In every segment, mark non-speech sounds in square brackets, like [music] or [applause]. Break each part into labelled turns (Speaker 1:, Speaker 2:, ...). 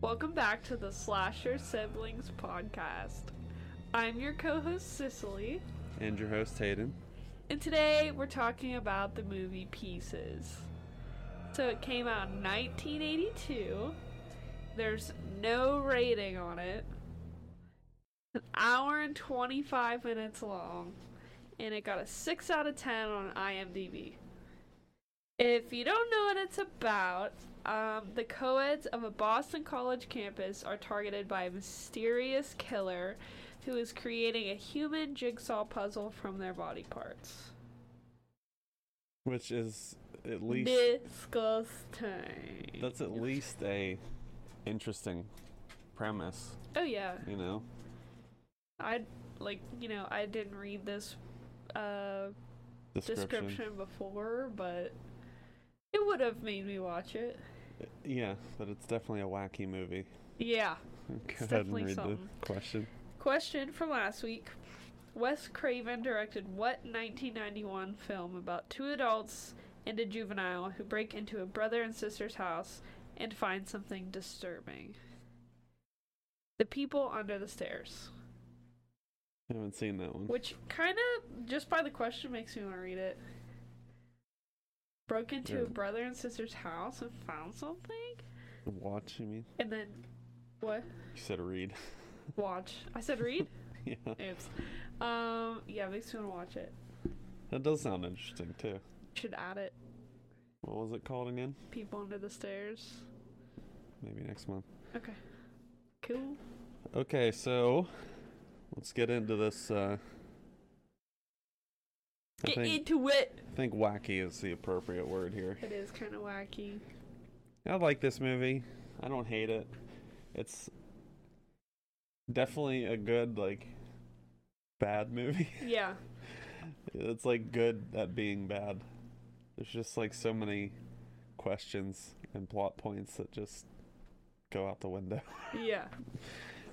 Speaker 1: Welcome back to the Slasher Siblings podcast. I'm your co host, Cicely,
Speaker 2: And your host, Hayden.
Speaker 1: and today we're talking about the movie Pieces. So it came out in 1982. There's no rating on it. An hour and 25 minutes long, and it got a 6 out of 10 on IMDb. If you don't know what it's about, um, the co-eds of a Boston college campus are targeted by a mysterious killer who is creating a human jigsaw puzzle from their body parts.
Speaker 2: Which is at least
Speaker 1: Disgusting.
Speaker 2: that's at least a interesting premise,
Speaker 1: Oh yeah,
Speaker 2: you know?
Speaker 1: I like you know I didn't read this uh,
Speaker 2: Description.
Speaker 1: description before, but it would have made me watch it.
Speaker 2: Yeah, but it's definitely a wacky movie. [laughs]
Speaker 1: Yeah.
Speaker 2: Go ahead and
Speaker 1: definitely
Speaker 2: read
Speaker 1: something.
Speaker 2: the question.
Speaker 1: Question from last week. Wes Craven directed what 1991 film about two adults and a juvenile who break into a brother and sister's house and find something disturbing? The People Under the Stairs.
Speaker 2: I haven't seen that one.
Speaker 1: Which kind of, just by the question, makes me want to read it. Broke into a
Speaker 2: Yeah.
Speaker 1: brother and sister's house and found something?
Speaker 2: Watch, you mean?
Speaker 1: And then, what?
Speaker 2: You said read. [laughs]
Speaker 1: Watch. I said read?
Speaker 2: yeah.
Speaker 1: Oops. Um, yeah, makes me want to watch it.
Speaker 2: That does sound interesting, too.
Speaker 1: Should add it.
Speaker 2: What was it called again?
Speaker 1: People under the stairs.
Speaker 2: Maybe next month.
Speaker 1: Okay. Cool.
Speaker 2: Okay, so let's get into this. Uh, I
Speaker 1: Get
Speaker 2: think,
Speaker 1: into it.
Speaker 2: I think wacky is the appropriate word here.
Speaker 1: It is kind of wacky.
Speaker 2: I like this movie. I don't hate it. It's definitely a good like bad movie. [laughs]
Speaker 1: Yeah.
Speaker 2: it's like good at being bad. There's just like so many questions and plot points that just go out the window. [laughs]
Speaker 1: Yeah.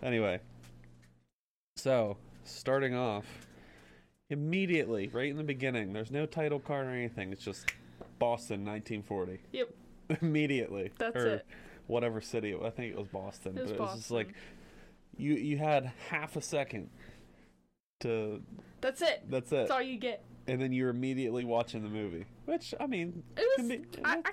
Speaker 2: anyway. So, starting off immediately right in the beginning. There's no title card or anything. It's just Boston 1940.
Speaker 1: Yep.
Speaker 2: [laughs] immediately.
Speaker 1: That's
Speaker 2: or
Speaker 1: it.
Speaker 2: Whatever city. I think it was Boston.
Speaker 1: It was
Speaker 2: but it was just like you you had half a second to
Speaker 1: That's it.
Speaker 2: that's it.
Speaker 1: That's all you get.
Speaker 2: And then you're immediately watching the movie. Which I mean
Speaker 1: It was.
Speaker 2: can be-
Speaker 1: I, I kind of.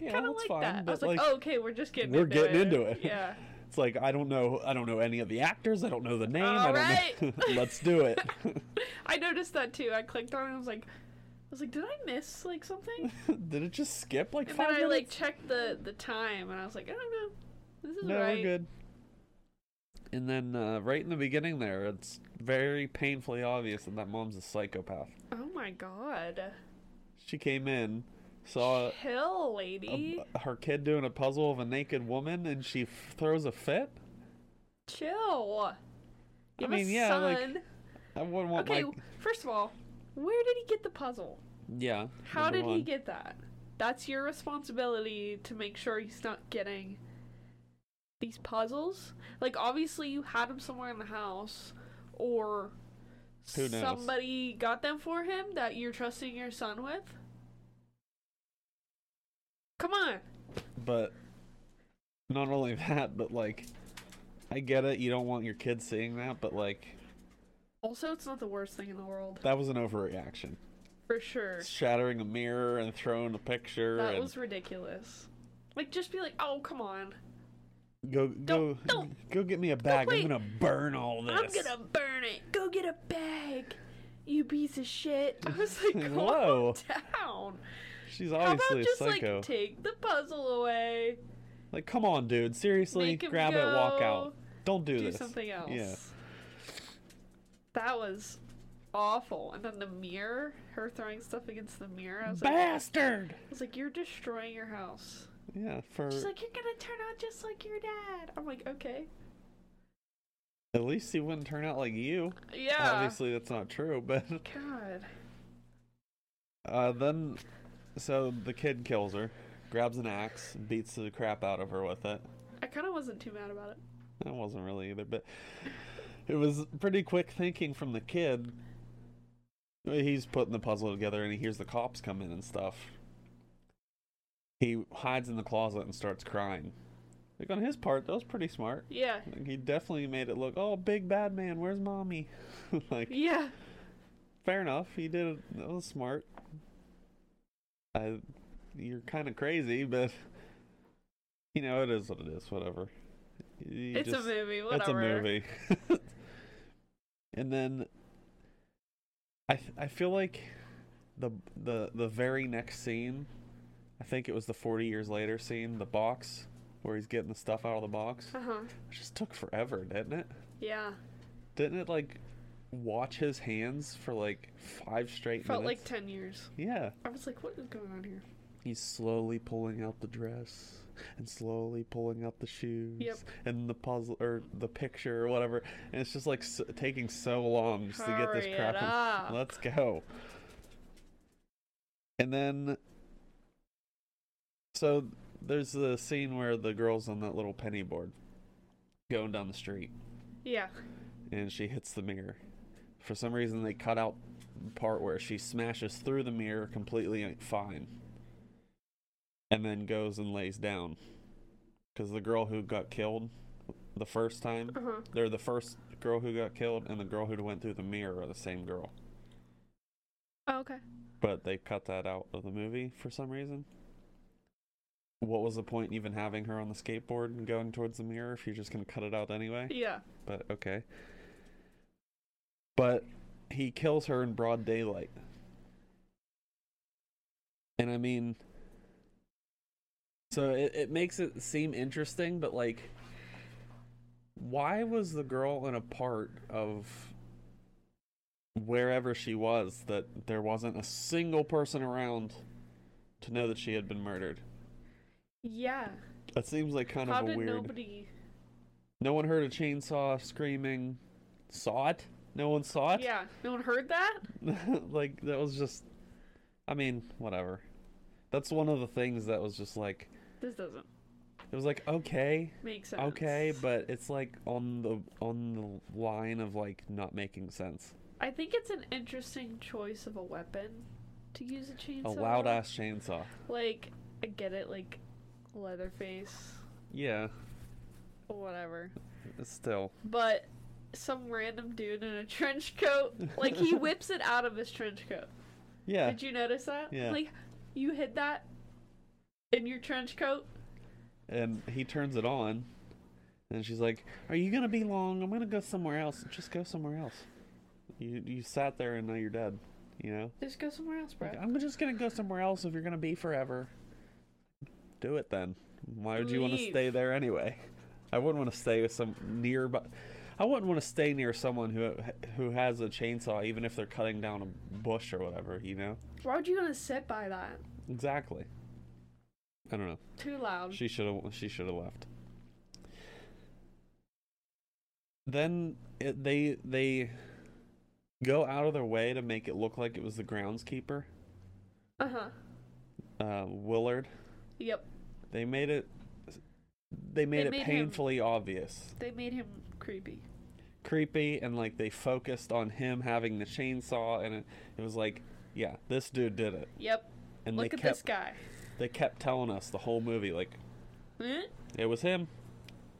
Speaker 1: I
Speaker 2: Yeah,
Speaker 1: kind of like
Speaker 2: that's fine,
Speaker 1: that. I
Speaker 2: but,
Speaker 1: was like,
Speaker 2: like,
Speaker 1: oh, okay, we're just getting.
Speaker 2: we're
Speaker 1: into
Speaker 2: getting
Speaker 1: it.
Speaker 2: into it.
Speaker 1: Yeah. [laughs]
Speaker 2: it's like I don't know I don't know any of the actors, I don't know the name,
Speaker 1: All
Speaker 2: I don't know
Speaker 1: right.
Speaker 2: [laughs] let's do it.
Speaker 1: I noticed that too. I clicked on it. and I was like, I was like, did I miss like
Speaker 2: [laughs]
Speaker 1: something?
Speaker 2: Did it just skip like
Speaker 1: And then
Speaker 2: five
Speaker 1: I like
Speaker 2: minutes?
Speaker 1: checked the the time, and I was like, I don't know. This is
Speaker 2: no,
Speaker 1: right.
Speaker 2: we're good. And then uh, right in the beginning there, it's very painfully obvious that that mom's a psychopath.
Speaker 1: Oh my god.
Speaker 2: She came in, saw
Speaker 1: Hill
Speaker 2: a,
Speaker 1: lady.
Speaker 2: her kid doing a puzzle of a naked woman, and she f- throws a fit.
Speaker 1: Chill.
Speaker 2: I
Speaker 1: I'm
Speaker 2: mean,
Speaker 1: a
Speaker 2: yeah, like,
Speaker 1: son.
Speaker 2: I wouldn't want
Speaker 1: Okay,
Speaker 2: like
Speaker 1: first of all, where did he get the puzzle?
Speaker 2: yeah.
Speaker 1: How
Speaker 2: number
Speaker 1: did he
Speaker 2: one.
Speaker 1: get that? That's your responsibility to make sure he's not getting these puzzles. Like, obviously, you had them somewhere in the house, or
Speaker 2: Who knows?
Speaker 1: somebody got them for him that you're trusting your son with. Come on.
Speaker 2: But not only [laughs] that, but like I get it. You don't want your kids seeing that, but like
Speaker 1: Also, it's not the worst thing in the world,
Speaker 2: that was an overreaction.
Speaker 1: for sure.
Speaker 2: Shattering a mirror and throwing a picture
Speaker 1: That
Speaker 2: and
Speaker 1: was ridiculous. Like, just be like, oh, come on.
Speaker 2: go go
Speaker 1: don't-
Speaker 2: go get me a bag.
Speaker 1: wait.
Speaker 2: I'm gonna burn all this.
Speaker 1: I'm gonna burn it. Go get a bag, you piece of shit. [laughs] I was like, calm
Speaker 2: Whoa.
Speaker 1: down.
Speaker 2: She's
Speaker 1: How about
Speaker 2: obviously
Speaker 1: just
Speaker 2: a psycho.
Speaker 1: like
Speaker 2: Like,
Speaker 1: take the puzzle away,
Speaker 2: come on, dude. Seriously,
Speaker 1: Make him
Speaker 2: grab it, walk
Speaker 1: go
Speaker 2: out. Don't do,
Speaker 1: do
Speaker 2: this.
Speaker 1: something else?
Speaker 2: Yeah.
Speaker 1: That was awful. And then the mirror, her throwing stuff against the mirror. I was like, I
Speaker 2: Bastard.
Speaker 1: was like, you're destroying your house.
Speaker 2: Yeah, for
Speaker 1: She's like, you're gonna turn out just like your dad. I'm like, okay,
Speaker 2: at least he wouldn't turn out like you.
Speaker 1: yeah.
Speaker 2: Obviously, that's not true. But
Speaker 1: God.
Speaker 2: uh, then, so the kid kills her, grabs an axe, beats the crap out of her with it.
Speaker 1: I kind of wasn't too mad about it.
Speaker 2: That wasn't really either, but it was pretty quick thinking from the kid. He's putting the puzzle together, and he hears the cops come in and stuff. He hides in the closet and starts crying. Like on his part, that was pretty smart.
Speaker 1: Yeah.
Speaker 2: Like, he definitely made it look, oh, big bad man, where's mommy? [laughs] like,
Speaker 1: Yeah.
Speaker 2: fair enough. He did. That was smart. I, you're kind of crazy, but you know it is what it is. Whatever. You
Speaker 1: it's a
Speaker 2: just-
Speaker 1: movie.
Speaker 2: It's a
Speaker 1: Whatever.
Speaker 2: movie. [laughs] and then, I th- I feel like the the the very next scene, I think it was the forty years later scene, the box where he's getting the stuff out of the box.
Speaker 1: Uh huh.
Speaker 2: It just took forever, didn't it?
Speaker 1: Yeah.
Speaker 2: Didn't it like watch his hands for like five straight
Speaker 1: Felt like
Speaker 2: minutes?
Speaker 1: 10 years.
Speaker 2: yeah.
Speaker 1: I was like, what is going on here?
Speaker 2: He's slowly pulling out the dress and slowly pulling out the shoes
Speaker 1: Yep.
Speaker 2: and the puzzle or the picture or whatever. And it's just like s taking so long just to get
Speaker 1: Hurry
Speaker 2: this
Speaker 1: it
Speaker 2: crap.
Speaker 1: up.
Speaker 2: in- Let's go. And then, so there's the scene where the girl's on that little penny board going down the street
Speaker 1: Yeah.
Speaker 2: and she hits the mirror. For some reason, they cut out the part where she smashes through the mirror completely fine, and then goes and lays down. Because the girl who got killed the first time,
Speaker 1: Uh huh.
Speaker 2: they're the first girl who got killed, and the girl who went through the mirror are the same girl.
Speaker 1: Oh, okay.
Speaker 2: But they cut that out of the movie for some reason. What was the point even having her on the skateboard and going towards the mirror if you're just gonna cut it out anyway?
Speaker 1: Yeah.
Speaker 2: but okay. But he kills her in broad daylight. And I mean, so it, it makes it seem interesting, but like, why was the girl in a part of wherever she was that there wasn't a single person around to know that she had been murdered?
Speaker 1: Yeah.
Speaker 2: That seems like kind
Speaker 1: How
Speaker 2: of a
Speaker 1: did
Speaker 2: weird.
Speaker 1: nobody.
Speaker 2: No one heard a chainsaw screaming. Saw it? No one saw it?
Speaker 1: Yeah. No one heard that?
Speaker 2: [laughs] like, that was just. I mean, whatever. That's one of the things that was just like.
Speaker 1: This doesn't
Speaker 2: It was like, okay,
Speaker 1: make sense.
Speaker 2: okay, but it's like on the on the line of like not making sense.
Speaker 1: I think it's an interesting choice of a weapon to use a chainsaw.
Speaker 2: A loud uh, ass chainsaw.
Speaker 1: Like, I get it, like, Leatherface,
Speaker 2: Yeah,
Speaker 1: whatever.
Speaker 2: it's still.
Speaker 1: But some random dude in a trench coat, like,
Speaker 2: [laughs]
Speaker 1: he whips it out of his trench coat.
Speaker 2: Yeah.
Speaker 1: Did you notice that?
Speaker 2: Yeah.
Speaker 1: Like, you hid that in your trench coat?
Speaker 2: and he turns it on. And she's like, "Are you gonna be long? I'm gonna go somewhere else. Just go somewhere else. You you sat there and now you're dead. You know."
Speaker 1: Just go somewhere else, bro.
Speaker 2: Like, I'm just gonna go somewhere else if you're gonna be forever. Do it then. Why would you want to
Speaker 1: Leave.
Speaker 2: stay there anyway? I wouldn't want to stay with some nearby. I wouldn't want to stay near someone who who has a chainsaw, even if they're cutting down a bush or whatever. You know
Speaker 1: Why would you gonna sit by that?
Speaker 2: exactly. I don't know.
Speaker 1: Too loud.
Speaker 2: She should have. She should have left. Then it, they they go out of their way to make it look like it was the groundskeeper,
Speaker 1: Uh huh.
Speaker 2: uh, Willard.
Speaker 1: Yep.
Speaker 2: They made it. They made
Speaker 1: They
Speaker 2: it
Speaker 1: made him-
Speaker 2: painfully obvious,
Speaker 1: They made him creepy.
Speaker 2: creepy, and like they focused on him having the chainsaw, and it, it was like, yeah, this dude did it,
Speaker 1: Yep.
Speaker 2: and
Speaker 1: Look
Speaker 2: they
Speaker 1: at
Speaker 2: kept
Speaker 1: this guy.
Speaker 2: they kept telling us the whole movie, like
Speaker 1: Eh?
Speaker 2: it was him,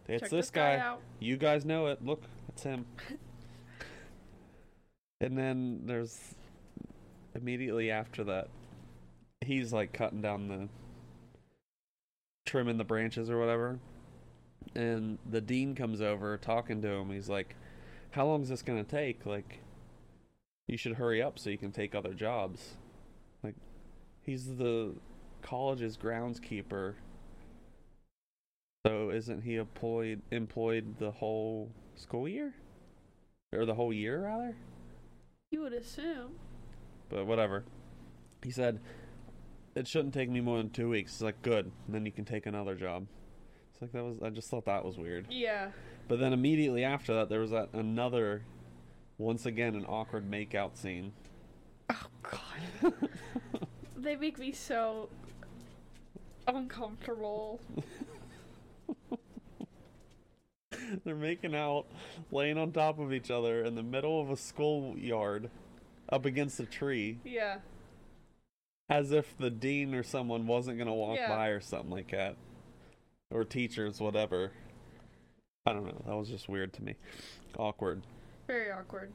Speaker 2: it's
Speaker 1: Check
Speaker 2: this guy.
Speaker 1: out.
Speaker 2: You guys know it. Look, it's him. and then there's immediately after that, he's like cutting down the trimming the branches or whatever. And the dean comes over talking to him. He's like, How long is this going to take? Like, you should hurry up so you can take other jobs. Like, he's the college's groundskeeper. So isn't he employed employed the whole school year? Or the whole year rather?
Speaker 1: You would assume.
Speaker 2: But whatever. He said it shouldn't take me more than 2 weeks. It's like good. And then you can take another job. It's like that was I just thought that was weird.
Speaker 1: Yeah.
Speaker 2: But then immediately after that there was that another once again an awkward makeout scene. [laughs]
Speaker 1: Oh god. [laughs] they make me so uncomfortable.
Speaker 2: They're making out laying on top of each other in the middle of a schoolyard up against a tree
Speaker 1: Yeah.
Speaker 2: As if the dean or someone wasn't gonna walk
Speaker 1: Yeah.
Speaker 2: by or something like that. or teachers, whatever. I don't know. That was just weird to me. Awkward.
Speaker 1: Very awkward.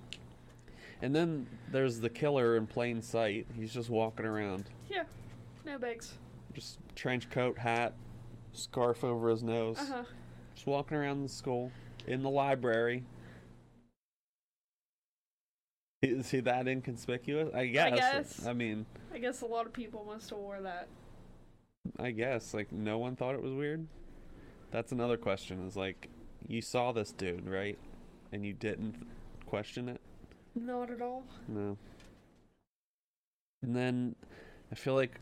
Speaker 2: And then there's the killer in plain sight. He's just walking around.
Speaker 1: Yeah. No bigs.
Speaker 2: Just trench coat, hat, scarf over his nose.
Speaker 1: Uh huh.
Speaker 2: Just walking around the school, in the library. Is he that inconspicuous? I guess.
Speaker 1: guess.
Speaker 2: I mean,
Speaker 1: I guess a lot of people must have wore that.
Speaker 2: I guess. Like, no one thought it was weird. That's another question is like, you saw this dude, right? And you didn't question it?
Speaker 1: Not at all. [laughs]
Speaker 2: No. And then I feel like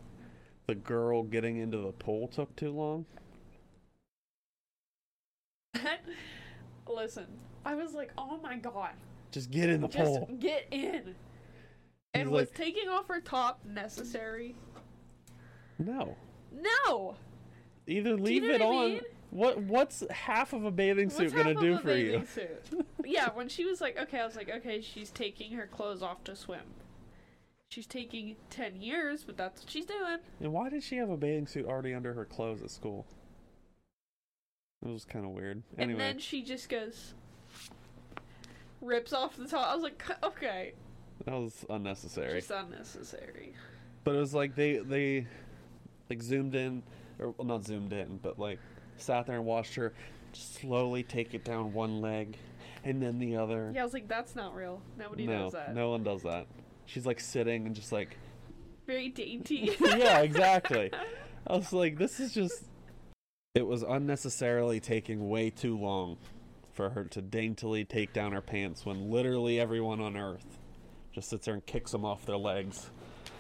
Speaker 2: the girl getting into the pool took too long.
Speaker 1: Listen, I was like, oh my god,
Speaker 2: Just get in the
Speaker 1: just
Speaker 2: pool.
Speaker 1: get in. And
Speaker 2: He's
Speaker 1: was
Speaker 2: like-
Speaker 1: taking off her top necessary?
Speaker 2: No.
Speaker 1: No.
Speaker 2: Either leave
Speaker 1: know what
Speaker 2: it
Speaker 1: I
Speaker 2: on.
Speaker 1: mean?
Speaker 2: What what's half of a bathing
Speaker 1: What's
Speaker 2: suit gonna
Speaker 1: half
Speaker 2: do
Speaker 1: of a
Speaker 2: for you?
Speaker 1: bathing
Speaker 2: [laughs]
Speaker 1: suit? yeah, when she was like, okay, I was like, okay, she's taking her clothes off to swim. She's taking ten years, but that's what she's doing.
Speaker 2: And why did she have a bathing suit already under her clothes at school? It was kind of weird. Anyway,
Speaker 1: And then she just goes, rips off the top. I was like, okay,
Speaker 2: that was unnecessary.
Speaker 1: just unnecessary.
Speaker 2: But it was like they they like zoomed in or well, not zoomed in, but like sat there and watched her slowly take it down one leg and then the other.
Speaker 1: Yeah, I was like, that's not real. Nobody
Speaker 2: no,
Speaker 1: knows that.
Speaker 2: no one does that. She's like sitting and just like
Speaker 1: Very dainty. [laughs]
Speaker 2: yeah, exactly. I was like, this is just. It was unnecessarily taking way too long for her to daintily take down her pants when literally everyone on Earth just sits there and kicks them off their legs,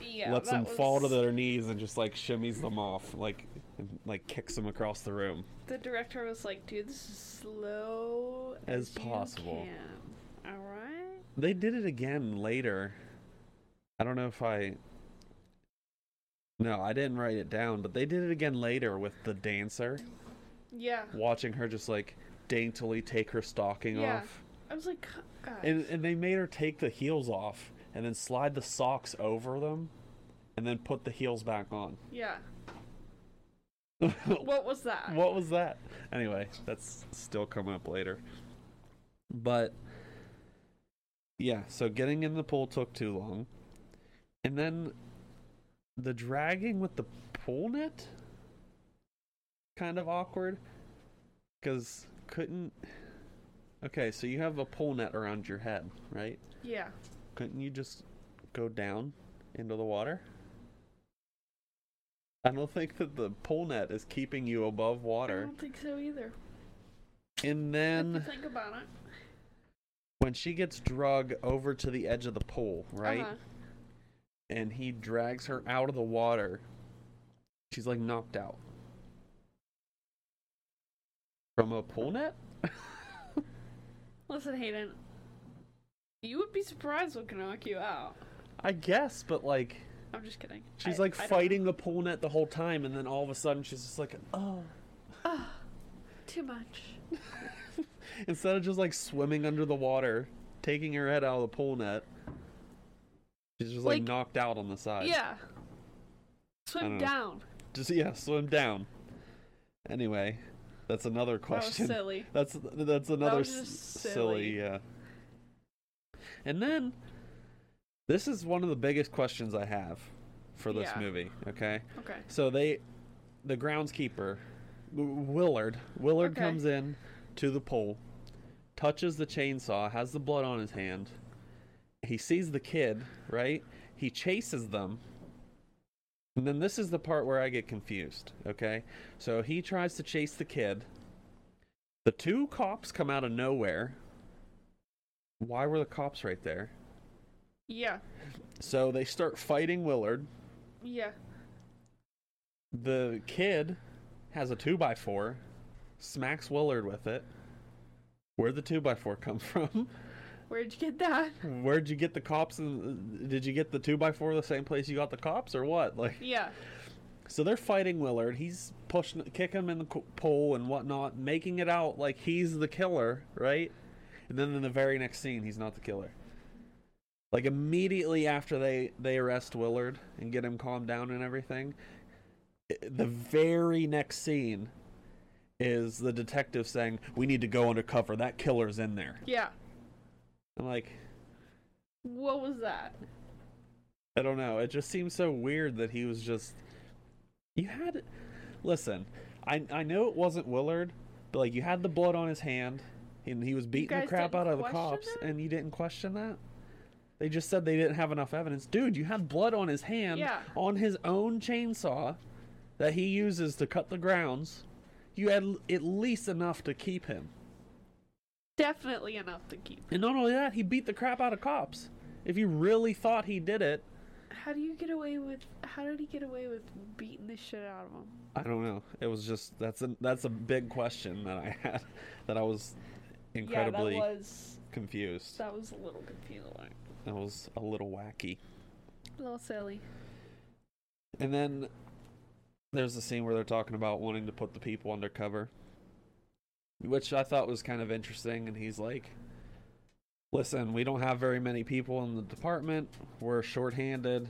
Speaker 1: yeah,
Speaker 2: lets
Speaker 1: that
Speaker 2: them fall to
Speaker 1: was-
Speaker 2: their knees, and just like shimmies them off, like and, like kicks them across the room.
Speaker 1: The director was like, dude, this is slow
Speaker 2: As
Speaker 1: as, you
Speaker 2: possible.
Speaker 1: can. All right.
Speaker 2: They did it again later. I don't know if I. No, I didn't write it down, but they did it again later with the dancer.
Speaker 1: Yeah.
Speaker 2: watching her just like daintily take her stocking
Speaker 1: Yeah.
Speaker 2: off.
Speaker 1: I was like, God.
Speaker 2: And and they made her take the heels off and then slide the socks over them and then put the heels back on. [laughs]
Speaker 1: yeah. What was that?
Speaker 2: what was that? Anyway, that's still coming up later. But yeah, so getting in the pool took too long. And then the dragging with the pool net kind of awkward cuz couldn't Okay, so you have a pool net around your head, right?
Speaker 1: Yeah.
Speaker 2: Couldn't you just go down into the water? I don't think that the pole net is keeping you above
Speaker 1: I
Speaker 2: water.
Speaker 1: don't think so either.
Speaker 2: And
Speaker 1: If you
Speaker 2: then
Speaker 1: think about it.
Speaker 2: when she gets drug over to the edge of the pool, right?
Speaker 1: Uh-huh.
Speaker 2: And he drags her out of the water. She's like knocked out. From a pool net?
Speaker 1: Listen, Hayden. You would be surprised what can knock you out.
Speaker 2: I guess, but like
Speaker 1: I'm just kidding.
Speaker 2: she's
Speaker 1: I-
Speaker 2: like
Speaker 1: I don't-
Speaker 2: fighting the pool net the whole time and then all of a sudden she's just like, "Oh,
Speaker 1: Ah, too much.
Speaker 2: Instead of just like swimming under the water, taking her head out of the pool net, she's just like,
Speaker 1: Like-
Speaker 2: knocked out on the side.
Speaker 1: yeah.
Speaker 2: don't
Speaker 1: Swim
Speaker 2: know.
Speaker 1: down.
Speaker 2: Just yeah, swim down. Anyway, that's another question.
Speaker 1: That was silly.
Speaker 2: [laughs] That's that's another
Speaker 1: was
Speaker 2: s-
Speaker 1: just
Speaker 2: silly.
Speaker 1: silly.
Speaker 2: Yeah. And then this is one of the biggest questions I have for this
Speaker 1: Yeah.
Speaker 2: movie, okay?
Speaker 1: Okay.
Speaker 2: So they, the groundskeeper, W- Willard. Willard
Speaker 1: Okay.
Speaker 2: comes in to the pole, touches the chainsaw, has the blood on his hand. He sees the kid, right? He chases them. And then this is the part where I get confused, okay? So he tries to chase the kid. The two cops come out of nowhere. Why were the cops right there?
Speaker 1: Yeah.
Speaker 2: So they start fighting Willard.
Speaker 1: Yeah.
Speaker 2: The kid has a two by four, smacks Willard with it. Where'd the two by four come from?
Speaker 1: Where'd you get that? [laughs]
Speaker 2: Where'd you get the cops? And uh, did you get the two by four the same place you got the cops, or what? Like,
Speaker 1: Yeah.
Speaker 2: so they're fighting Willard. He's pushing, kicking him in the co- pool and whatnot, making it out like he's the killer, right? And then in the very next scene, he's not the killer. Like immediately after they they arrest Willard and get him calmed down and everything, i- the very next scene, is the detective saying, "We need to go undercover. That killer's in there."
Speaker 1: Yeah.
Speaker 2: I'm like,
Speaker 1: What was that?
Speaker 2: I don't know. It just seems so weird that he was just. You had, listen, I I know it wasn't Willard, but like you had the blood on his hand, and he was beating the
Speaker 1: guys
Speaker 2: crap out
Speaker 1: didn't
Speaker 2: of the
Speaker 1: question
Speaker 2: cops,
Speaker 1: that?
Speaker 2: and you didn't question that. They just said they didn't have enough evidence, dude. You had blood on his hand,
Speaker 1: Yeah.
Speaker 2: on his own chainsaw, that he uses to cut the grounds. You had l- at least enough to keep him.
Speaker 1: Definitely enough to keep.
Speaker 2: And not only that, he beat the crap out of cops. If you really thought he did it,
Speaker 1: How do you get away with? How did he get away with beating the shit out of him?
Speaker 2: I don't know. It was just that's a that's a big question that I had [laughs] that I was incredibly
Speaker 1: Yeah, that was
Speaker 2: confused.
Speaker 1: that was a little confusing.
Speaker 2: That was a little wacky.
Speaker 1: A little silly.
Speaker 2: And then there's the scene where they're talking about wanting to put the people undercover, which I thought was kind of interesting. And he's like, "Listen, we don't have very many people in the department. We're shorthanded.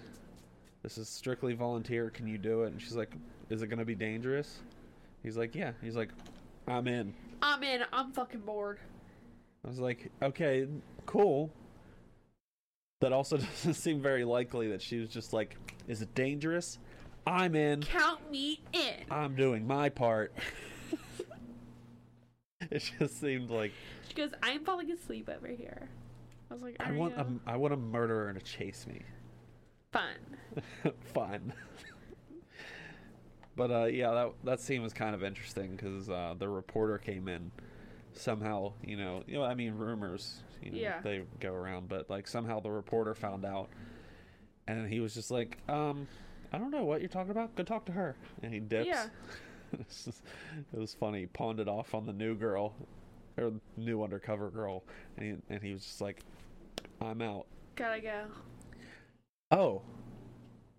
Speaker 2: This is strictly volunteer. Can you do it?" And she's like, "Is it going to be dangerous?" He's like, "Yeah." He's like, "I'm in."
Speaker 1: I'm in. I'm fucking bored.
Speaker 2: I was like, okay, cool. That also [laughs] doesn't seem very likely that she was just like, is it dangerous? I'm in.
Speaker 1: Count me in.
Speaker 2: I'm doing my part. [laughs] it just seemed like
Speaker 1: She goes. I'm falling asleep over here. I was like,
Speaker 2: I want a, I want a murderer to chase me.
Speaker 1: fun.
Speaker 2: [laughs] Fun. but uh, yeah, that that scene was kind of interesting because uh, the reporter came in somehow. You know, you know, I mean, rumors. You know,
Speaker 1: Yeah.
Speaker 2: they go around, but like somehow the reporter found out, and he was just like, um, I don't know what you're talking about. Go talk to her, and he dips. [laughs]
Speaker 1: Yeah.
Speaker 2: It's just- it was funny. He pawned it off on the new girl, or new undercover girl, and he, and he was just like, I'm out.
Speaker 1: Gotta go.
Speaker 2: Oh,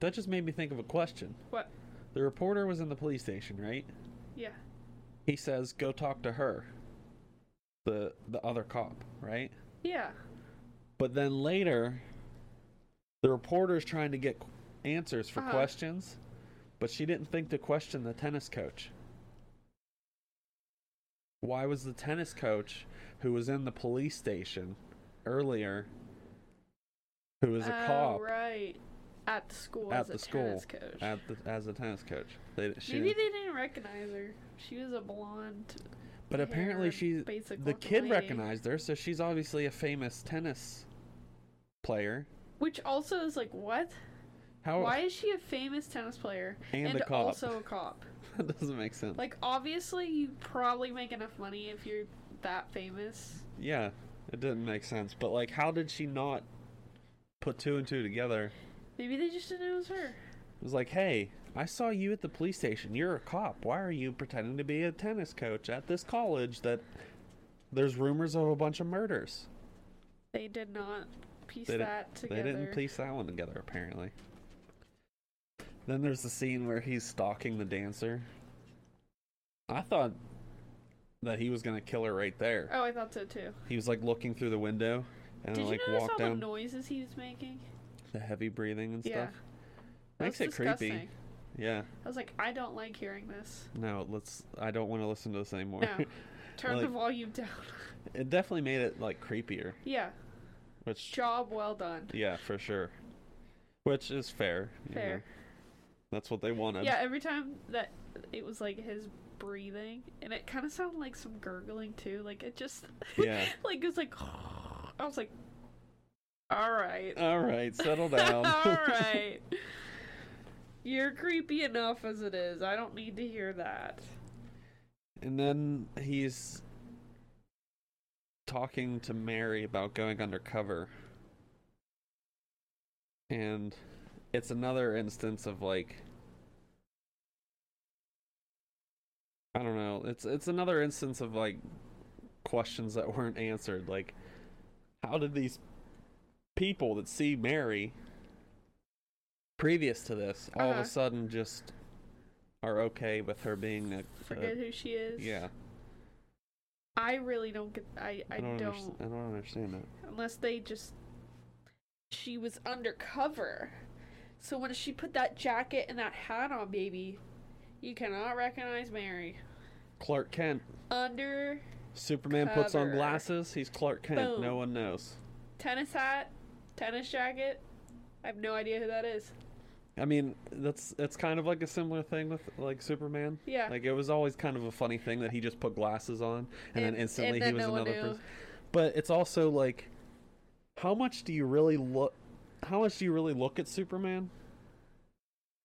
Speaker 2: that just made me think of a question.
Speaker 1: What?
Speaker 2: The reporter was in the police station, right?
Speaker 1: Yeah.
Speaker 2: He says, "Go talk to her." The the other cop, right?
Speaker 1: Yeah.
Speaker 2: But then later, the reporter's trying to get qu- answers for
Speaker 1: Uh-huh.
Speaker 2: questions, but she didn't think to question the tennis coach. Why was the tennis coach who was in the police station earlier, who was a
Speaker 1: oh,
Speaker 2: cop
Speaker 1: right. At the school
Speaker 2: at
Speaker 1: as
Speaker 2: the
Speaker 1: a
Speaker 2: school
Speaker 1: tennis coach.
Speaker 2: at the, as a tennis coach? They, she
Speaker 1: Maybe
Speaker 2: didn't-
Speaker 1: they didn't recognize her. She was a blonde.
Speaker 2: But
Speaker 1: hair
Speaker 2: apparently
Speaker 1: and
Speaker 2: she
Speaker 1: basic
Speaker 2: the
Speaker 1: looking
Speaker 2: kid
Speaker 1: lady.
Speaker 2: recognized her, so she's obviously a famous tennis player.
Speaker 1: Which also is like, what?
Speaker 2: How
Speaker 1: Why is she a famous tennis player
Speaker 2: Oh. And a cop.
Speaker 1: also a cop?
Speaker 2: [laughs] that doesn't make sense.
Speaker 1: Like, obviously, you probably make enough money if you're that famous.
Speaker 2: yeah, it didn't make sense. But like how did she not put two and two together?
Speaker 1: Maybe they just didn't know it was her.
Speaker 2: It was like, "Hey, I saw you at the police station. You're a cop. Why are you pretending to be a tennis coach at this college that there's rumors of a bunch of murders?"
Speaker 1: They did not piece
Speaker 2: They didn't-
Speaker 1: that
Speaker 2: They
Speaker 1: together.
Speaker 2: didn't piece that one together apparently. Then there's the scene where he's stalking the dancer. I thought that he was gonna kill her right there.
Speaker 1: Oh, I thought so too.
Speaker 2: He was like looking through the window and
Speaker 1: did
Speaker 2: then, like
Speaker 1: you notice all
Speaker 2: walked down
Speaker 1: the noises he was making?
Speaker 2: the heavy breathing and
Speaker 1: Yeah.
Speaker 2: stuff. Makes
Speaker 1: That's
Speaker 2: it creepy.
Speaker 1: disgusting.
Speaker 2: Yeah.
Speaker 1: I was like, I don't like hearing this.
Speaker 2: No, let's I don't want to listen to this anymore.
Speaker 1: No. Turn the
Speaker 2: Like-
Speaker 1: volume down.
Speaker 2: [laughs]
Speaker 1: [laughs]
Speaker 2: it definitely made it like creepier,
Speaker 1: yeah.
Speaker 2: which
Speaker 1: Job well done.
Speaker 2: yeah, for sure. Which is fair. you know.
Speaker 1: Fair.
Speaker 2: That's what they wanted.
Speaker 1: Yeah, every time that it was like his breathing, and it kind of sounded like some gurgling too. Like it just, [laughs]
Speaker 2: Yeah.
Speaker 1: like it was like, I was like, all right, [laughs]
Speaker 2: All right, settle down. [laughs]
Speaker 1: all right. You're creepy enough as it is. I don't need to hear that.
Speaker 2: And then he's talking to Mary about going undercover. And it's another instance of like I don't know. It's it's another instance of like questions that weren't answered like how did these people that see Mary previous to this all of
Speaker 1: Uh-huh.
Speaker 2: a sudden just are okay with her being a, a
Speaker 1: Forget who she is.
Speaker 2: Uh, yeah,
Speaker 1: I really don't get. I I,
Speaker 2: I don't. uh
Speaker 1: don't,
Speaker 2: understand, I don't understand that.
Speaker 1: unless they just. She was undercover, so when she put that jacket and that hat on, baby, you cannot recognize Mary.
Speaker 2: Clark Kent.
Speaker 1: Under
Speaker 2: Superman puts on
Speaker 1: Cover.
Speaker 2: glasses. He's Clark Kent. No
Speaker 1: Boom.
Speaker 2: one knows.
Speaker 1: tennis hat, tennis jacket. I have no idea who that is.
Speaker 2: I mean, that's it's kind of like a similar thing with like Superman.
Speaker 1: Yeah.
Speaker 2: Like it was always kind of a funny thing that he just put glasses on and,
Speaker 1: And-
Speaker 2: then instantly
Speaker 1: and
Speaker 2: he
Speaker 1: then
Speaker 2: was
Speaker 1: no one
Speaker 2: another
Speaker 1: knew.
Speaker 2: person. But it's also like how much do you really look how much do you really look at Superman?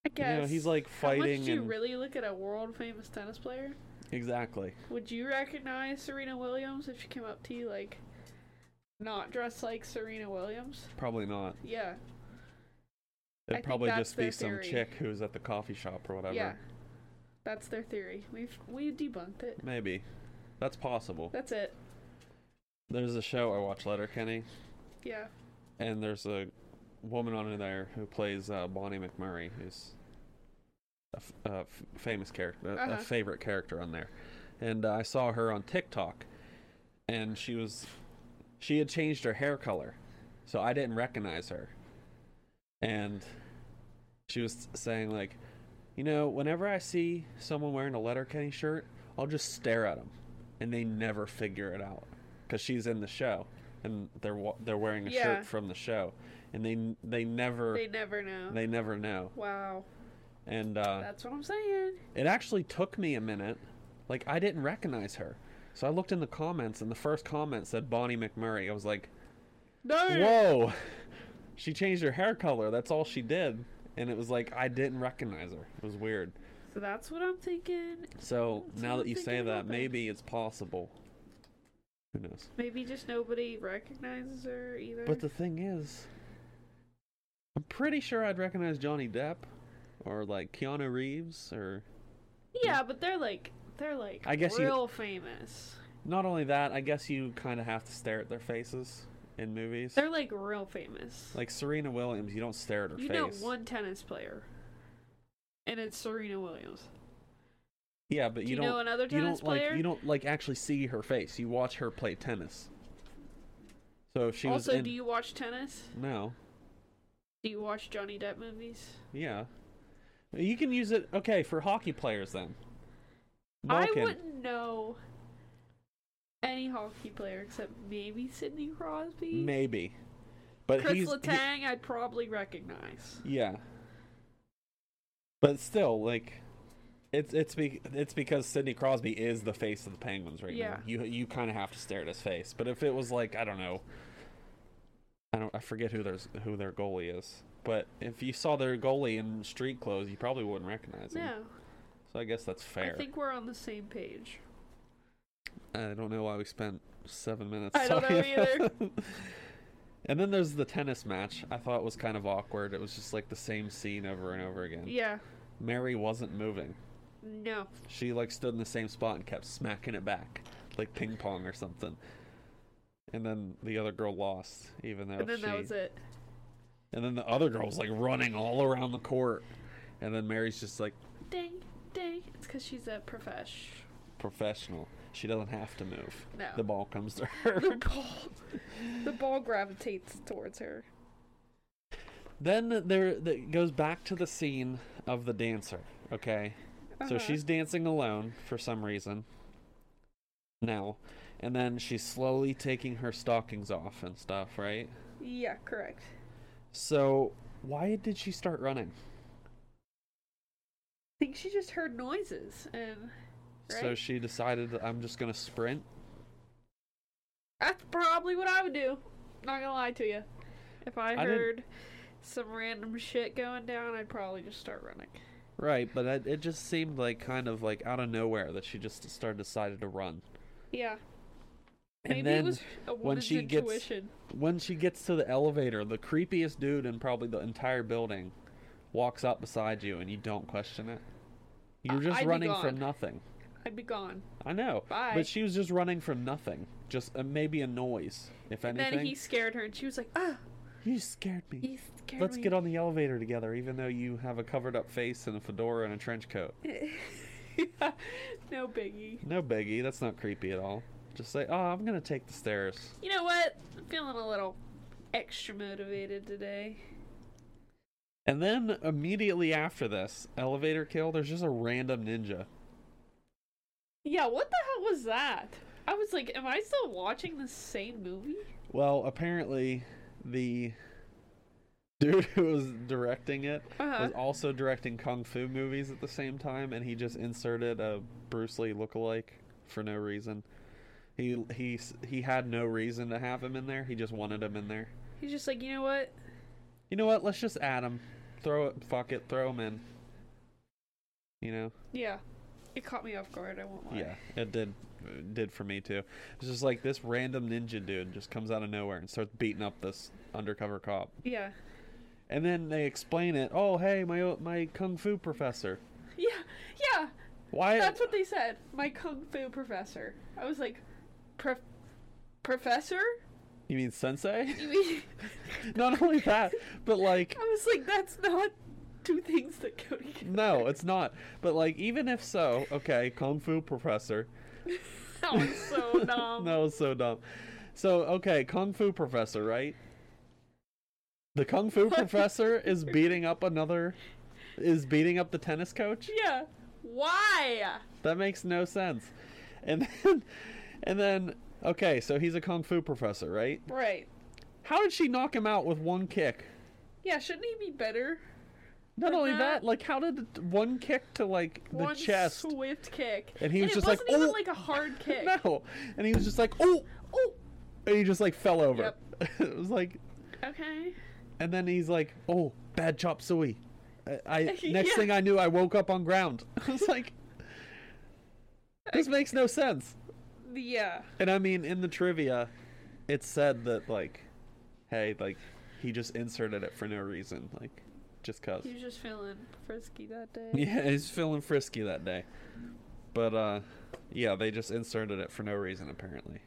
Speaker 1: I
Speaker 2: You
Speaker 1: guess.
Speaker 2: know, he's like
Speaker 1: How
Speaker 2: fighting
Speaker 1: much do you
Speaker 2: and
Speaker 1: really look at a world famous tennis player?
Speaker 2: Exactly.
Speaker 1: Would you recognize Serena Williams if she came up to you like not dressed like Serena Williams?
Speaker 2: Probably not.
Speaker 1: Yeah, I
Speaker 2: It'd
Speaker 1: think
Speaker 2: probably
Speaker 1: that's
Speaker 2: just be
Speaker 1: their
Speaker 2: some
Speaker 1: theory.
Speaker 2: chick who's at the coffee shop or whatever.
Speaker 1: yeah. That's their theory. We've we debunked it.
Speaker 2: Maybe. That's possible.
Speaker 1: That's it.
Speaker 2: There's a show I watch Letterkenny
Speaker 1: Yeah.
Speaker 2: and there's a woman on there who plays uh, Bonnie McMurray, who's a f- a f- famous character, a, a
Speaker 1: Uh-huh.
Speaker 2: favorite character on there. And uh, I saw her on TikTok, and she was she had changed her hair color, so I didn't recognize her. And she was saying like, you know, whenever I see someone wearing a Letterkenny shirt, I'll just stare at them, and they never figure it out because she's in the show, and they're wa- they're wearing a
Speaker 1: Yeah.
Speaker 2: shirt from the show, and they n- they never
Speaker 1: They never know.
Speaker 2: they never know.
Speaker 1: wow.
Speaker 2: And uh,
Speaker 1: That's what I'm saying.
Speaker 2: it actually took me a minute. Like I didn't recognize her, so I looked in the comments, and the first comment said Bonnie McMurray. I was like,
Speaker 1: No.
Speaker 2: "Whoa, she changed her hair color. That's all she did." And it was like I didn't recognize her. It was weird.
Speaker 1: So that's what I'm thinking.
Speaker 2: So
Speaker 1: That's
Speaker 2: now
Speaker 1: what
Speaker 2: that
Speaker 1: I'm
Speaker 2: you say
Speaker 1: thinking
Speaker 2: that,
Speaker 1: about that.
Speaker 2: maybe it's possible. Who knows?
Speaker 1: Maybe just nobody recognizes her either.
Speaker 2: But the thing is, I'm pretty sure I'd recognize Johnny Depp or like Keanu Reeves or
Speaker 1: yeah, but they're like they're like
Speaker 2: I guess you-
Speaker 1: real famous.
Speaker 2: not only that, I guess you kind of have to stare at their faces in movies.
Speaker 1: They're like real famous.
Speaker 2: Like Serena Williams, you don't stare at her
Speaker 1: you
Speaker 2: face.
Speaker 1: know one tennis player, and it's Serena Williams.
Speaker 2: yeah, but
Speaker 1: Do
Speaker 2: you
Speaker 1: you
Speaker 2: don't
Speaker 1: know another
Speaker 2: you
Speaker 1: tennis
Speaker 2: don't like
Speaker 1: player?
Speaker 2: you don't like actually see her face. You watch her play tennis. So if she
Speaker 1: also,
Speaker 2: was in
Speaker 1: do you watch tennis?
Speaker 2: No.
Speaker 1: Do you watch Johnny Depp movies?
Speaker 2: Yeah. You can use it okay for hockey players then.
Speaker 1: I
Speaker 2: Malkin.
Speaker 1: wouldn't know any hockey player except maybe Sidney Crosby.
Speaker 2: maybe. But
Speaker 1: Chris
Speaker 2: he's he-
Speaker 1: Letang, I'd probably recognize.
Speaker 2: Yeah. But still, like, it's it's be, it's because Sidney Crosby is the face of the Penguins right
Speaker 1: Yeah.
Speaker 2: now. You you kind of have to stare at his face. But if it was like I don't know, I don't I forget who their who their goalie is. But if you saw their goalie in street clothes, you probably wouldn't recognize him.
Speaker 1: No,
Speaker 2: So I guess that's fair.
Speaker 1: I think we're on the same page.
Speaker 2: I don't know why we spent seven minutes.
Speaker 1: I don't know
Speaker 2: talking about-
Speaker 1: either.
Speaker 2: [laughs] And then there's the tennis match. I thought was kind of awkward. It was just like the same scene over and over again.
Speaker 1: yeah,
Speaker 2: Mary wasn't moving.
Speaker 1: no.
Speaker 2: She like stood in the same spot and kept smacking it back, like ping pong or something. And then the other girl lost, even though
Speaker 1: And then
Speaker 2: Oh, she.
Speaker 1: that was it.
Speaker 2: And then the other girl's like running all around the court, and then Mary's just like
Speaker 1: Ding, ding. It's because she's a profesh.
Speaker 2: professional. She doesn't have to move.
Speaker 1: No.
Speaker 2: The ball comes to
Speaker 1: [laughs]
Speaker 2: her. [laughs]
Speaker 1: The ball, the ball gravitates towards her.
Speaker 2: then there that goes back to the scene of the dancer. Okay, so
Speaker 1: Uh-huh.
Speaker 2: she's dancing alone for some reason. Now, and then she's slowly taking her stockings off and stuff, right?
Speaker 1: Yeah, correct.
Speaker 2: So why did she start running?
Speaker 1: I think she just heard noises and.
Speaker 2: So
Speaker 1: Right.
Speaker 2: she decided that I'm just gonna sprint.
Speaker 1: That's probably what I would do. Not gonna lie to you. If I
Speaker 2: didn't-
Speaker 1: heard some random shit going down, I'd probably just start running.
Speaker 2: Right, but it, it just seemed like kind of like out of nowhere that she just started decided to run.
Speaker 1: Yeah.
Speaker 2: And
Speaker 1: Maybe
Speaker 2: then
Speaker 1: it was a woman's
Speaker 2: when she gets
Speaker 1: intuition.
Speaker 2: when she gets to the elevator, the creepiest dude in probably the entire building walks up beside you, and you don't question it. You're
Speaker 1: I-
Speaker 2: just
Speaker 1: I'd be
Speaker 2: running
Speaker 1: gone.
Speaker 2: from nothing.
Speaker 1: I'd be gone.
Speaker 2: I know,
Speaker 1: Bye.
Speaker 2: but she was just running from nothing. Just uh, maybe a noise, if
Speaker 1: And
Speaker 2: anything.
Speaker 1: Then he scared her, and she was like, "Ah,
Speaker 2: You scared me.
Speaker 1: he scared
Speaker 2: Let's
Speaker 1: me." [laughs]
Speaker 2: get on the elevator together, even though you have a covered up face and a fedora and a trench
Speaker 1: [laughs]
Speaker 2: coat.
Speaker 1: on. no biggie.
Speaker 2: No biggie, that's not creepy at all. Just say, oh, I'm gonna take the stairs.
Speaker 1: You know what? I'm feeling a little extra motivated today.
Speaker 2: And then immediately after this elevator kill, there's just a random ninja.
Speaker 1: Yeah, what the hell was that? I was like, am I still watching the same movie?
Speaker 2: Well, apparently, the dude who was directing it
Speaker 1: Uh-huh.
Speaker 2: was also directing kung fu movies at the same time, and he just inserted a Bruce Lee lookalike for no reason. He he s- he had no reason to have him in there. He just wanted him in there.
Speaker 1: He's just like, you know what?
Speaker 2: You know what? Let's just add him. Throw it. Fuck it. Throw him in. You know.
Speaker 1: Yeah. It caught me off guard, I won't lie.
Speaker 2: Yeah, it did it did for me too. It's just like this random ninja dude just comes out of nowhere and starts beating up this undercover cop.
Speaker 1: Yeah. [laughs]
Speaker 2: And then they explain it. Oh, hey, my my kung fu professor.
Speaker 1: Yeah. Yeah.
Speaker 2: Why?
Speaker 1: That's what they said. My kung fu professor. I was like, Prof- professor? [laughs]
Speaker 2: You mean sensei?
Speaker 1: You mean?
Speaker 2: [laughs] Not
Speaker 1: [laughs]
Speaker 2: only that, but like
Speaker 1: I was like, that's not two things that go [laughs] together.
Speaker 2: no, it's not. But like even if so, okay, kung fu professor.
Speaker 1: That was
Speaker 2: [laughs]
Speaker 1: so dumb.
Speaker 2: that was so dumb. So okay, kung fu professor, right? The kung fu
Speaker 1: [laughs]
Speaker 2: professor is beating up another. Is beating up the tennis coach?
Speaker 1: Yeah. Why?
Speaker 2: That makes no sense. And [laughs] then, and then, okay, so he's a kung fu professor, right?
Speaker 1: Right.
Speaker 2: How did she knock him out with one kick?
Speaker 1: Yeah, shouldn't he be better?
Speaker 2: Not only
Speaker 1: Uh-huh.
Speaker 2: that, like, how did it- one kick to like the
Speaker 1: One
Speaker 2: chest?
Speaker 1: swift kick.
Speaker 2: And he was just
Speaker 1: it
Speaker 2: like,
Speaker 1: wasn't even
Speaker 2: "Oh."
Speaker 1: like a hard kick.
Speaker 2: [laughs] No, and he was just like, oh,
Speaker 1: Oh,
Speaker 2: and he just like fell over. [laughs] it was like,
Speaker 1: okay.
Speaker 2: and then he's like, oh, bad chop suey. I, I next
Speaker 1: Yeah.
Speaker 2: thing I knew, I woke up on ground. [laughs] I was like, this makes no sense.
Speaker 1: Yeah.
Speaker 2: And I mean, in the trivia, it said that like, hey, like he just inserted it for no reason, like just cause.
Speaker 1: He was just feeling frisky that day.
Speaker 2: [laughs] Yeah, he's feeling frisky that day. But uh, yeah, they just inserted it for no reason apparently.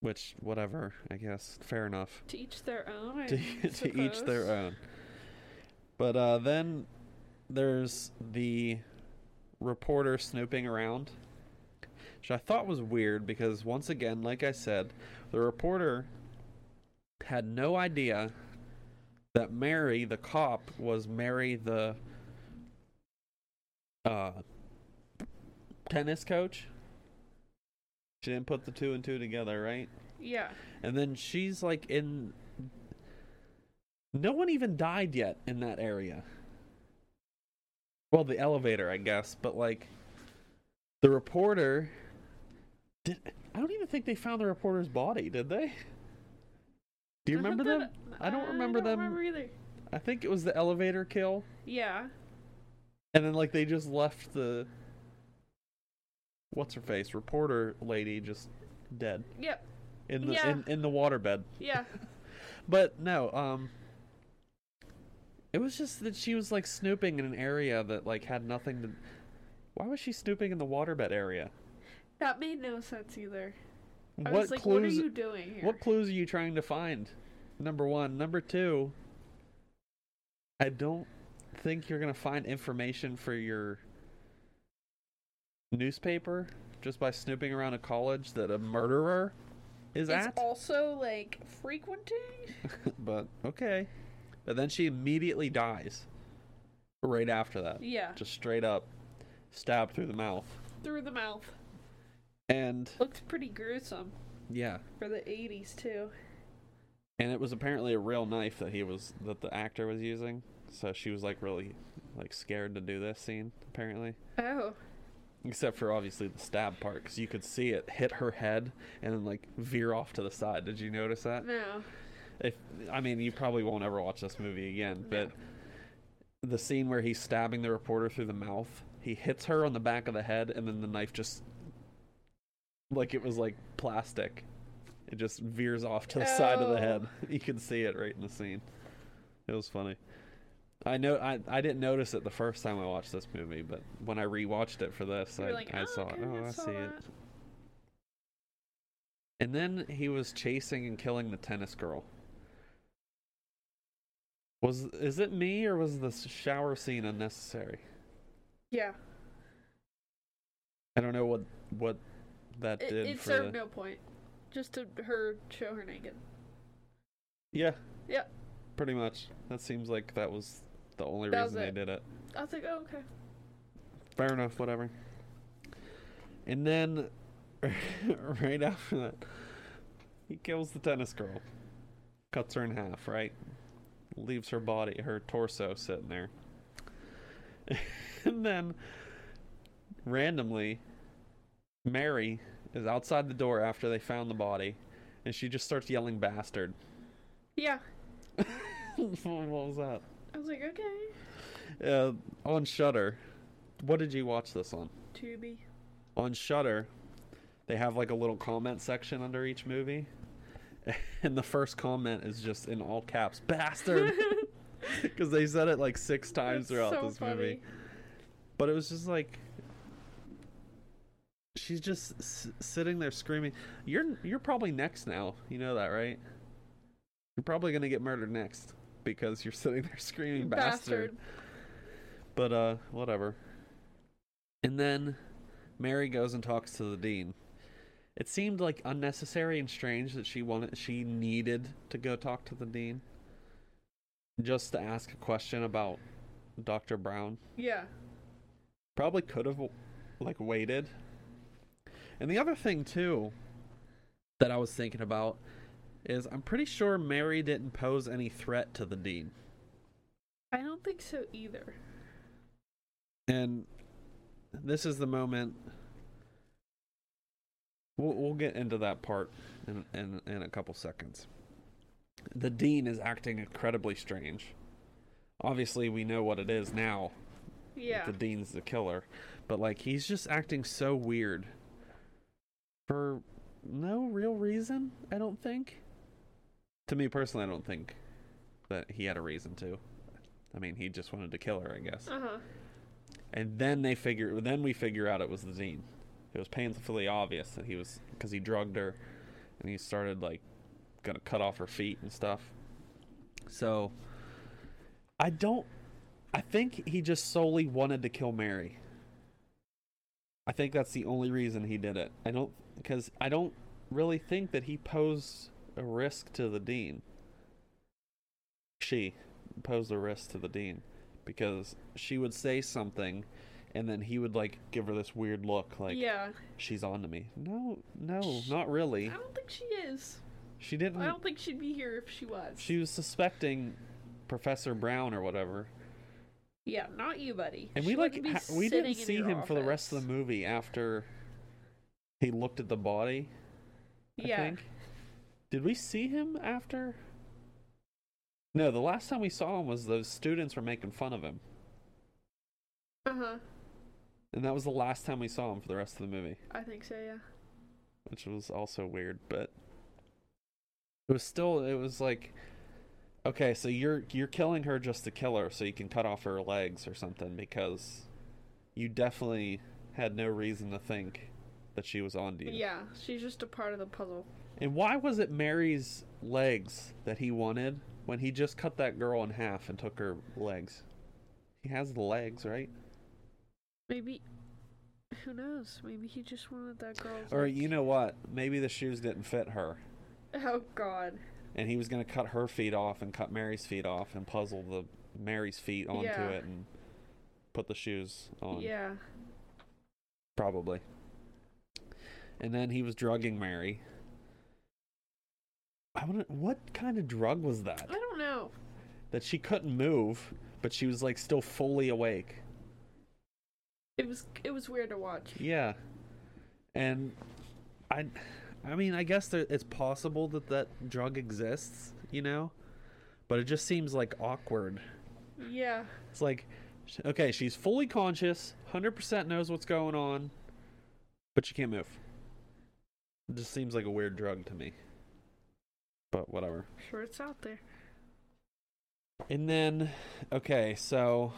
Speaker 2: Which, whatever, I guess, fair enough.
Speaker 1: To each their own. I
Speaker 2: To, [laughs] to each
Speaker 1: suppose.
Speaker 2: their own. But uh, then there's the reporter snooping around, which I thought was weird because, once again, like I said, the reporter had no idea that Mary, the cop, was Mary, the uh, tennis coach. She didn't put the two and two together, right?
Speaker 1: Yeah.
Speaker 2: And then she's like in. No one even died yet in that area. Well, the elevator, I guess, but like the reporter. Did I don't even think they found the reporter's body, did they? Do you
Speaker 1: I
Speaker 2: remember
Speaker 1: thought
Speaker 2: them?
Speaker 1: that-
Speaker 2: I don't remember
Speaker 1: I don't
Speaker 2: them.
Speaker 1: remember either.
Speaker 2: I think it was the elevator kill,
Speaker 1: Yeah.
Speaker 2: and then like they just left the what's her face reporter lady just dead
Speaker 1: Yep.
Speaker 2: in the
Speaker 1: Yeah.
Speaker 2: in, in the waterbed.
Speaker 1: Yeah.
Speaker 2: But no, um it was just that she was like snooping in an area that like had nothing to Why was she snooping in the waterbed area?
Speaker 1: That made no sense either. I
Speaker 2: what
Speaker 1: was like, what are
Speaker 2: clues
Speaker 1: you doing here?
Speaker 2: what clues are you trying to find? Number 1, number 2 I don't think you're going to find information for your newspaper just by snooping around a college that a murderer is
Speaker 1: It's
Speaker 2: at.
Speaker 1: also like
Speaker 2: [laughs]
Speaker 1: frequenting.
Speaker 2: but okay. But then she immediately dies right after that.
Speaker 1: Yeah.
Speaker 2: Just straight up stabbed through the mouth.
Speaker 1: Through the mouth.
Speaker 2: And
Speaker 1: Looked pretty gruesome
Speaker 2: yeah,
Speaker 1: for the 80s too.
Speaker 2: and it was apparently a real knife that he was that the actor was using. So she was like really like scared to do this scene apparently.
Speaker 1: Oh.
Speaker 2: Except for obviously the stab part cuz you could see it hit her head and then like veer off to the side. Did you notice that?
Speaker 1: No.
Speaker 2: if I mean you probably won't ever watch this movie again, but the scene where he's stabbing the reporter through the mouth, he hits her on the back of the head and then the knife just like it was like plastic. It just veers off to the side of the
Speaker 1: Oh.
Speaker 2: head. [laughs] You can see it right in the scene. It was funny. I know I, I didn't notice it the first time I watched this movie, but when I rewatched it for this,
Speaker 1: You
Speaker 2: I,
Speaker 1: were like,
Speaker 2: I
Speaker 1: "Oh,
Speaker 2: saw
Speaker 1: okay,
Speaker 2: it. Oh,
Speaker 1: I
Speaker 2: I
Speaker 1: saw
Speaker 2: see it.
Speaker 1: that."
Speaker 2: And then he was chasing and killing the tennis girl. Was is it me or was the shower scene unnecessary?
Speaker 1: Yeah.
Speaker 2: I don't know what what that
Speaker 1: It,
Speaker 2: did
Speaker 1: it
Speaker 2: for the-
Speaker 1: served no point. Just to her show her naked.
Speaker 2: Yeah.
Speaker 1: Yeah.
Speaker 2: Pretty much. That seems like that was the only
Speaker 1: That was
Speaker 2: reason they
Speaker 1: it.
Speaker 2: did it.
Speaker 1: I was like, oh, okay.
Speaker 2: Fair enough, whatever. And then, [laughs] right after that, he kills the tennis girl, cuts her in half, right? Leaves her body, her torso sitting there. [laughs] and then, randomly, Mary is outside the door after they found the body, and she just starts yelling bastard. [laughs]
Speaker 1: Yeah.
Speaker 2: what was that?
Speaker 1: I was like, okay.
Speaker 2: Uh, on Shutter. What did you watch this on?
Speaker 1: Tubi.
Speaker 2: on Shutter, they have like a little comment section under each movie, [laughs] and the first comment is just in all caps,
Speaker 1: [laughs]
Speaker 2: "bastard," because they said it like six
Speaker 1: That's
Speaker 2: times throughout
Speaker 1: so
Speaker 2: this movie.
Speaker 1: funny.
Speaker 2: But it was just like she's just s- sitting there screaming. You're you're probably next now. You know that, right? You're probably gonna get murdered next because you're sitting there screaming, "bastard." But uh, whatever. And then Mary goes and talks to the dean. It seemed like unnecessary and strange that she wanted she needed to go talk to the dean just to ask a question about Dr. Brown.
Speaker 1: Yeah.
Speaker 2: Probably could have like waited. And the other thing too that I was thinking about is I'm pretty sure Mary didn't pose any threat to the dean.
Speaker 1: I don't think so either.
Speaker 2: And this is the moment. We'll, we'll get into that part in, in, in a couple seconds. The Dean is acting incredibly strange. Obviously, we know what it is now. that
Speaker 1: Yeah.
Speaker 2: The Dean's the killer. But, like, he's just acting so weird. For no real reason, I don't think. To me personally, I don't think that he had a reason to. I mean, he just wanted to kill her, I guess
Speaker 1: Uh huh.
Speaker 2: and then they figure then we figure out it was the zine it was painfully obvious that he was because he drugged her and he started like gonna cut off her feet and stuff so i don't i think he just solely wanted to kill mary i think that's the only reason he did it i don't because i don't really think that he posed a risk to the dean she posed a risk to the dean because she would say something and then he would like give her this weird look like
Speaker 1: yeah.
Speaker 2: she's on to me no no not really
Speaker 1: I don't think she is.
Speaker 2: she
Speaker 1: I
Speaker 2: didn't
Speaker 1: don't think she'd be here if she was.
Speaker 2: Mm. she was suspecting professor brown or whatever
Speaker 1: yeah, not you, buddy.
Speaker 2: and
Speaker 1: She
Speaker 2: we like
Speaker 1: wouldn't be
Speaker 2: ha- we didn't
Speaker 1: sitting in
Speaker 2: see
Speaker 1: your
Speaker 2: him for the rest of the
Speaker 1: office.
Speaker 2: movie after he looked at the body I
Speaker 1: Yeah.
Speaker 2: think. Did we see him after? No, the last time we saw him was those students were making fun of him.
Speaker 1: Uh huh.
Speaker 2: And that was the last time we saw him for the rest of the movie,
Speaker 1: I think so. Yeah.
Speaker 2: which was also weird, but it was still it was like okay, so you're you're killing her just to kill her so you can cut off her legs or something because you definitely had no reason to think that she was on to you.
Speaker 1: yeah. She's just a part of the puzzle.
Speaker 2: And why was it Mary's legs that he wanted when he just cut that girl in half and took her legs? He has the legs, right?
Speaker 1: Maybe. Who knows? Maybe he just wanted that girl.
Speaker 2: Or you know what? Maybe the shoes didn't fit her.
Speaker 1: Oh God.
Speaker 2: And he was going to cut her feet off and cut Mary's feet off and puzzle the Mary's feet onto
Speaker 1: Yeah.
Speaker 2: it and put the shoes on.
Speaker 1: Yeah.
Speaker 2: Probably. And then he was drugging Mary. I wonder what kind of drug was that?
Speaker 1: I don't know.
Speaker 2: That she couldn't move, but she was like still fully awake.
Speaker 1: It was it was weird to watch.
Speaker 2: Yeah, and I, I mean, I guess there, it's possible that that drug exists, you know, but it just seems like awkward.
Speaker 1: Yeah.
Speaker 2: It's like, sh- okay, she's fully conscious, hundred percent knows what's going on, but she can't move. It just seems like a weird drug to me. But whatever.
Speaker 1: Sure, it's out there.
Speaker 2: And then, okay, so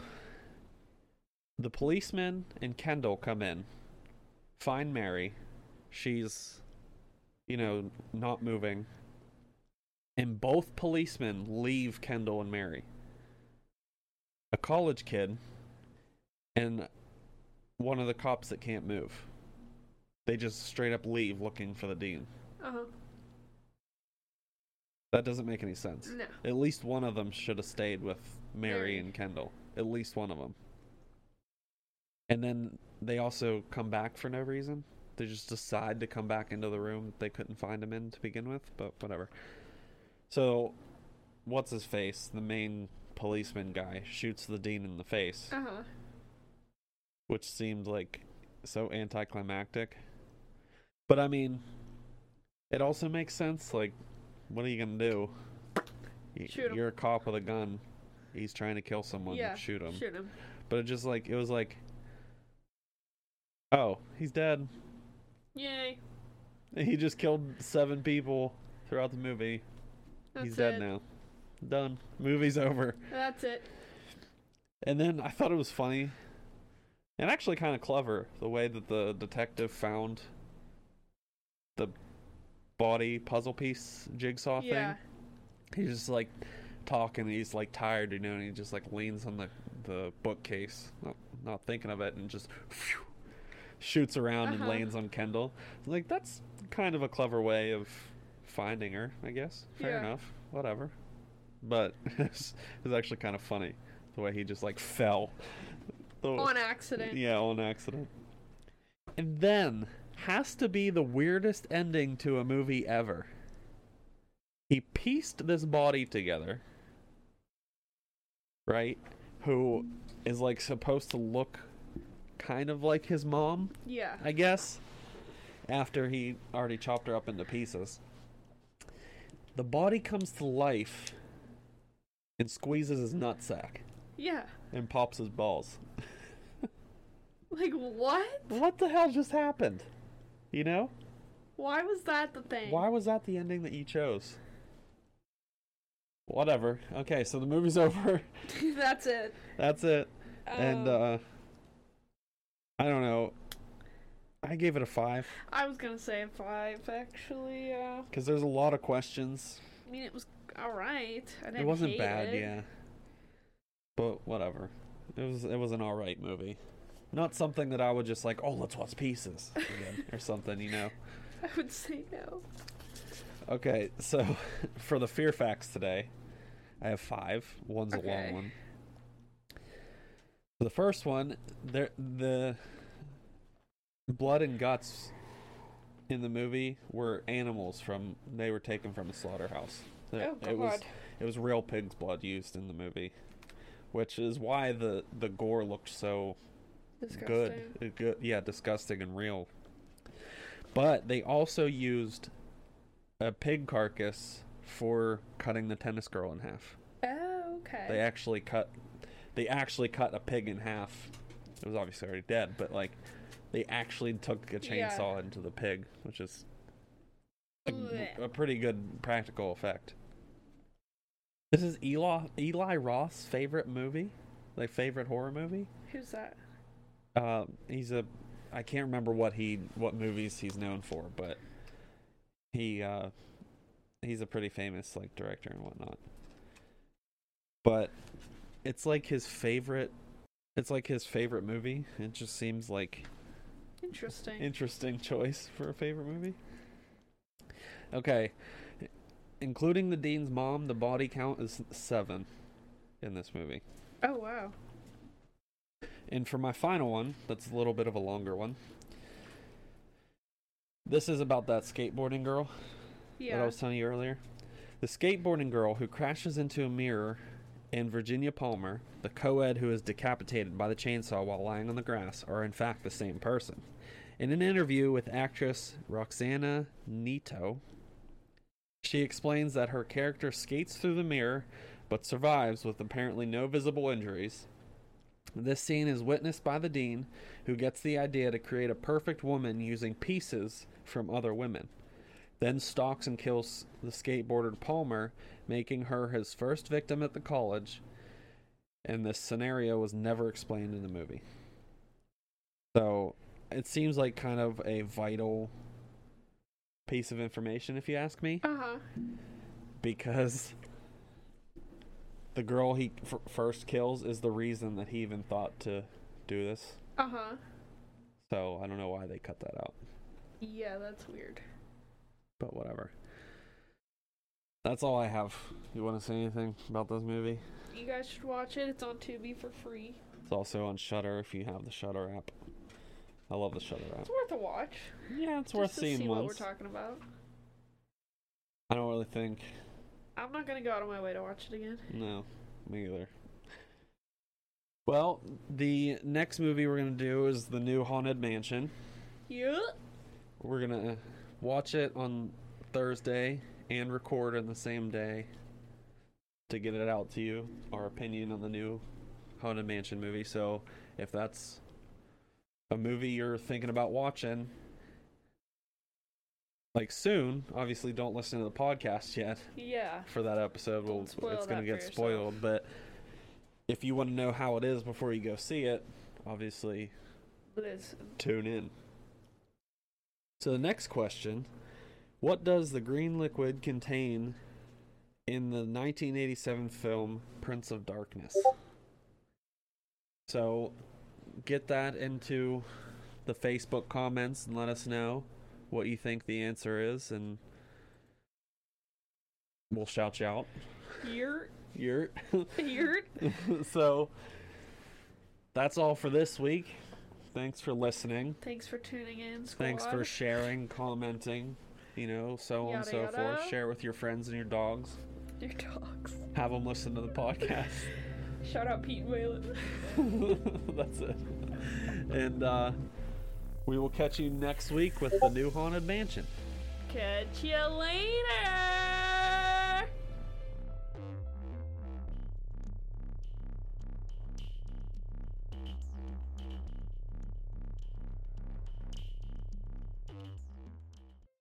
Speaker 2: the policeman and Kendall come in, find Mary. She's, you know, not moving. And both policemen leave Kendall and Mary. A college kid and one of the cops that can't move. They just straight up leave looking for the dean.
Speaker 1: Uh huh.
Speaker 2: That doesn't make any sense.
Speaker 1: No.
Speaker 2: At least one of them should have stayed with Mary,
Speaker 1: Mary.
Speaker 2: and Kendall. At least one of them. And then they also come back for no reason. they just decide to come back into the room that they couldn't find him in to begin with, but whatever. So, what's his face? The main policeman guy shoots the dean in the face,
Speaker 1: Uh huh.
Speaker 2: which seemed like so anticlimactic. But I mean, it also makes sense. Like, what are you gonna do? Y-
Speaker 1: Shoot 'em.
Speaker 2: You're a cop with a gun. He's trying to kill someone.
Speaker 1: Yeah.
Speaker 2: shoot him.
Speaker 1: Shoot him.
Speaker 2: But it just like it was like, oh, he's dead. [laughs]
Speaker 1: Yay.
Speaker 2: He just killed seven people throughout the movie.
Speaker 1: That's
Speaker 2: He's dead
Speaker 1: it.
Speaker 2: now. Done. Movie's over.
Speaker 1: That's it.
Speaker 2: And then I thought it was funny and actually kind of clever the way that the detective found the body puzzle piece jigsaw
Speaker 1: yeah.
Speaker 2: thing. He's just like talking. He's like tired, you know, and he just like leans on the the bookcase, not not thinking of it, and just phew, shoots around and
Speaker 1: Uh-huh.
Speaker 2: lands on Kendall. Like that's kind of a clever way of finding her, I guess. Fair
Speaker 1: Yeah.
Speaker 2: enough, whatever. But [laughs] it's it's actually kind of funny the way he just like fell. The-
Speaker 1: On accident.
Speaker 2: yeah, on accident. And then has to be the weirdest ending to a movie ever. He pieced this body together, right? Who is like supposed to look kind of like his mom,
Speaker 1: Yeah.
Speaker 2: I guess, after he already chopped her up into pieces. The body comes to life and squeezes his nutsack
Speaker 1: Yeah.
Speaker 2: and pops his balls.
Speaker 1: Like what?
Speaker 2: what the hell just happened? You know?
Speaker 1: Why was that the thing?
Speaker 2: Why was that the ending that you chose? Whatever. Okay, so the movie's [laughs] over.
Speaker 1: [laughs] That's it.
Speaker 2: That's it. and
Speaker 1: Um,
Speaker 2: uh I don't know. I gave it a 5
Speaker 1: I was gonna say five actually. Uh,
Speaker 2: cuz there's a lot of questions.
Speaker 1: I mean, it was all right. I didn't
Speaker 2: It wasn't
Speaker 1: hate
Speaker 2: bad,
Speaker 1: it.
Speaker 2: yeah. But whatever. It was it was an all right movie. Not something that I would just like, "Oh, let's watch pieces" again or something, you know.
Speaker 1: [laughs] I would say no.
Speaker 2: Okay, so [laughs] for the fear facts today, I have five. One's a long
Speaker 1: Okay.
Speaker 2: one. The first one, there the blood and guts in the movie were animals from they were taken from a slaughterhouse. It-
Speaker 1: Oh,
Speaker 2: It was
Speaker 1: God.
Speaker 2: it was real pig's blood used in the movie, which is why the the gore looked so
Speaker 1: Disgusting.
Speaker 2: good. Uh, good yeah disgusting and real but they also used a pig carcass for cutting the tennis girl in half
Speaker 1: Oh, okay.
Speaker 2: they actually cut they actually cut a pig in half it was obviously already dead but like they actually took a
Speaker 1: Yeah.
Speaker 2: chainsaw into the pig which is a,
Speaker 1: Blech.
Speaker 2: a pretty good practical effect this is Eli, Eli Roth's favorite movie, like favorite horror movie.
Speaker 1: Who's that?
Speaker 2: Uh, he's a I can't remember what he what movies he's known for, but he uh he's a pretty famous like director and whatnot. But it's like his favorite it's like his favorite movie. It just seems like
Speaker 1: Interesting.
Speaker 2: interesting choice for a favorite movie. Okay. Including the Dean's mom, the body count is seven in this movie.
Speaker 1: oh wow.
Speaker 2: And for my final one, that's a little bit of a longer one. This is about that skateboarding girl that I
Speaker 1: Yeah.
Speaker 2: was telling you earlier. The skateboarding girl who crashes into a mirror and Virginia Palmer, the co ed who is decapitated by the chainsaw while lying on the grass, are in fact the same person. In an interview with actress Roxana Nito, she explains that her character skates through the mirror but survives with apparently no visible injuries. This scene is witnessed by the dean, who gets the idea to create a perfect woman using pieces from other women. Then stalks and kills the skateboarder Palmer, making her his first victim at the college. And this scenario was never explained in the movie. So it seems like kind of a vital piece of information, if you ask me
Speaker 1: Uh huh.
Speaker 2: because the girl he f- first kills is the reason that he even thought to do this.
Speaker 1: Uh huh.
Speaker 2: So I don't know why they cut that out,
Speaker 1: Yeah, that's weird.
Speaker 2: but whatever. That's all I have. You want to say anything about this movie?
Speaker 1: You guys should watch it. It's on Tubi for free.
Speaker 2: It's also on Shutter if you have the Shutter app. I love the Shutter app.
Speaker 1: It's worth a watch.
Speaker 2: Yeah, it's
Speaker 1: just
Speaker 2: worth
Speaker 1: to
Speaker 2: seeing
Speaker 1: see what
Speaker 2: once.
Speaker 1: we're talking about.
Speaker 2: I don't really think.
Speaker 1: I'm not gonna go out of my way to watch it again.
Speaker 2: No, me either. Well, the next movie we're gonna do is the new Haunted Mansion.
Speaker 1: Yeah.
Speaker 2: We're gonna watch it on Thursday and record on the same day to get it out to you. Our opinion on the new Haunted Mansion movie. So if that's a movie you're thinking about watching, like soon, obviously don't listen to the podcast yet
Speaker 1: Yeah.
Speaker 2: for that episode.
Speaker 1: Don't
Speaker 2: Well,
Speaker 1: spoil
Speaker 2: it's
Speaker 1: that
Speaker 2: going to get
Speaker 1: for yourself.
Speaker 2: spoiled, but if you want to know how it is before you go see it, obviously
Speaker 1: Listen.
Speaker 2: tune in. So the next question, what does the green liquid contain in the 1987 film Prince of Darkness? So get that into the Facebook comments and let us know what you think the answer is and we'll shout you out.
Speaker 1: Yurt.
Speaker 2: You're [laughs]
Speaker 1: Yurt.
Speaker 2: so that's all for this week. Thanks for listening.
Speaker 1: Thanks for tuning in. Squad.
Speaker 2: Thanks for sharing, commenting, you know, so on and so
Speaker 1: Yada,
Speaker 2: forth.
Speaker 1: yada.
Speaker 2: Share with your friends and your dogs.
Speaker 1: your dogs.
Speaker 2: Have them listen to the podcast. [laughs]
Speaker 1: Shout out Pete and Waylon.
Speaker 2: That's it. And uh, we will catch you next week with the new Haunted Mansion.
Speaker 1: Catch you later.